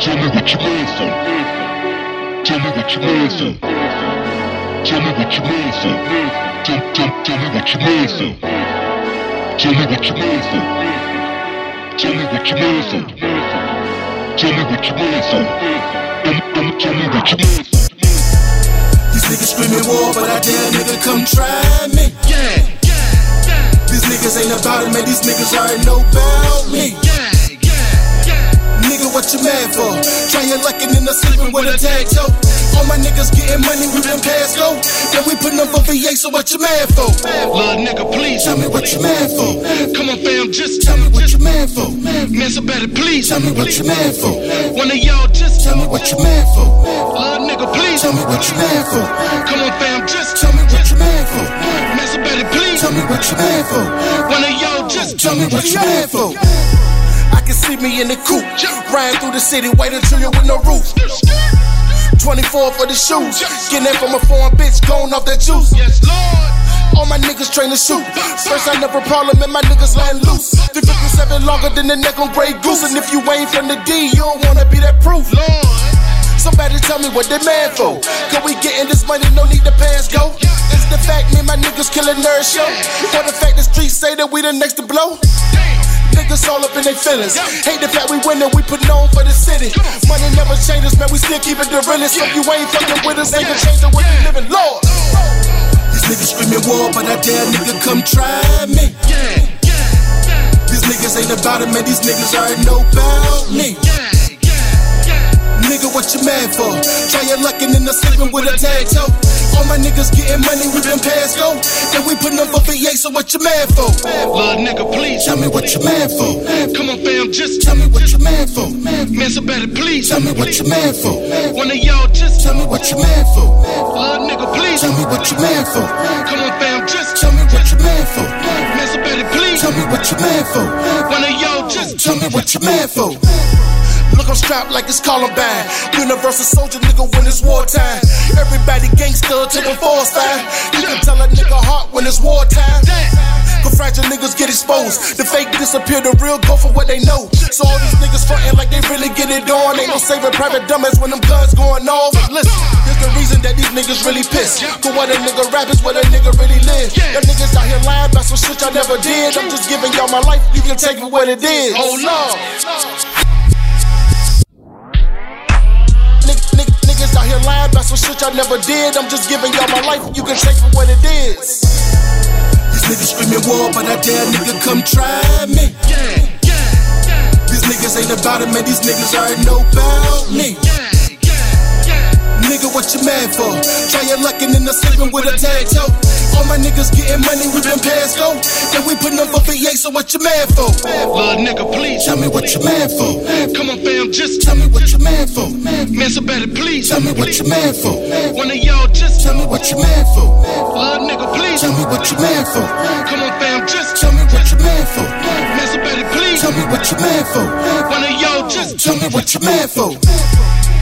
Tell me what you missing. Tell me what you missing. Tell me what you missing. Tell, tell, tell me what you missing. Tell me what you missing. Tell me what you missing. Tell me what you missing. Tell, tell, tell me what you missing. These niggas screaming war, but I dare a nigga come try me. Yeah. These niggas ain't about it, man. These niggas already know about me. Nigga, what you mad for? Try your luck and then I'm sleeping with a tag toe. All my niggas getting money, we been past go. Then we putting up for VA, so what you mad for? Little nigga, please. Tell me what you mad for. Come on, fam, just Tell me what you mad for. Man, somebody, please. Tell me what you mad for. One of y'all just Tell me what you mad for. Little nigga, please. Tell me what you mad for. Come on, fam, just Tell me what you mad for. Man, somebody, please. Tell me what you mad for. One of y'all just Tell me what you mad for. I can see me in the coupe, riding through the city, waiting till you with no roof. 24 for the shoes, getting that from a foreign bitch, going off that juice. Yes, Lord. All my niggas train to shoot. First, I never problem, and my niggas land loose. The 57 longer than the neck on Grey Goose, and if you ain't from the D, you don't wanna be that proof. Somebody tell me what they mad for. Cause we getting this money, no need to pass go. It's the fact me and my niggas killing nerd show. For the fact the streets say that we the next to blow. Niggas all up in their feelings. Hate the fact we winning, we putting on for the city. Money never changes, man, we still keeping the realest. If you ain't fucking with us, ain't gonna change the way you living, Lord. These niggas screaming war, but I dare a nigga come try me. These niggas ain't about it, man, these niggas already know about me. Nigga, what you mad for? Try your luck and then I'm sleeping with a tag toe. All my niggas getting money, we been past go. Then we putting up for VA, so what you mad for? Little nigga, please. Tell me what you mad for. Come on, fam, just Tell me what you mad for. Man, somebody, please. Tell me what you mad for. One of y'all just Tell me what you mad for. Little nigga, please. Tell me what you mad for. Come on, fam, just Tell me what you mad for. Man, somebody, please. Tell me what you mad for. One of y'all just Tell me what you mad for. Look, I'm strapped like it's Columbine. Universal soldier, nigga, when it's wartime. Everybody gangster till the fall sign. You can tell a nigga heart when it's wartime. Cause fragile niggas get exposed. The fake disappear, the real go for what they know. So all these niggas frontin' like they really get it on. Ain't no saving private dumbass when them guns going off. Listen, here's the reason that these niggas really pissed. Cause what a nigga rap is what a nigga really live. Y'all niggas out here lying about some shit y'all never did. I'm just giving y'all my life, you can take it what it is. Oh, Lord. Nigg- nigg- Niggas out here lying about some shit y'all never did. I'm just giving y'all my life. You can take for what it is. These niggas screaming war, but I dare a nigga come try me. These niggas ain't about it, man. These niggas already know about me. Nigga, what you mad for? Try your luck and then I'm sleeping with a tag toe. All my niggas getting money, we been past go. Then we putting up for VA, so what you mad for? Little nigga, please. Tell me what you mad for. Come on, fam, just Tell me what you mad for. Man, somebody, please. Tell me what you mad for. One of y'all just Tell me what you mad for. Little nigga, please. Tell me what you mad for. Come on, fam, just Tell me what you mad for. Man, somebody, please. Tell me what you mad for. One of y'all just Tell me what you mad for.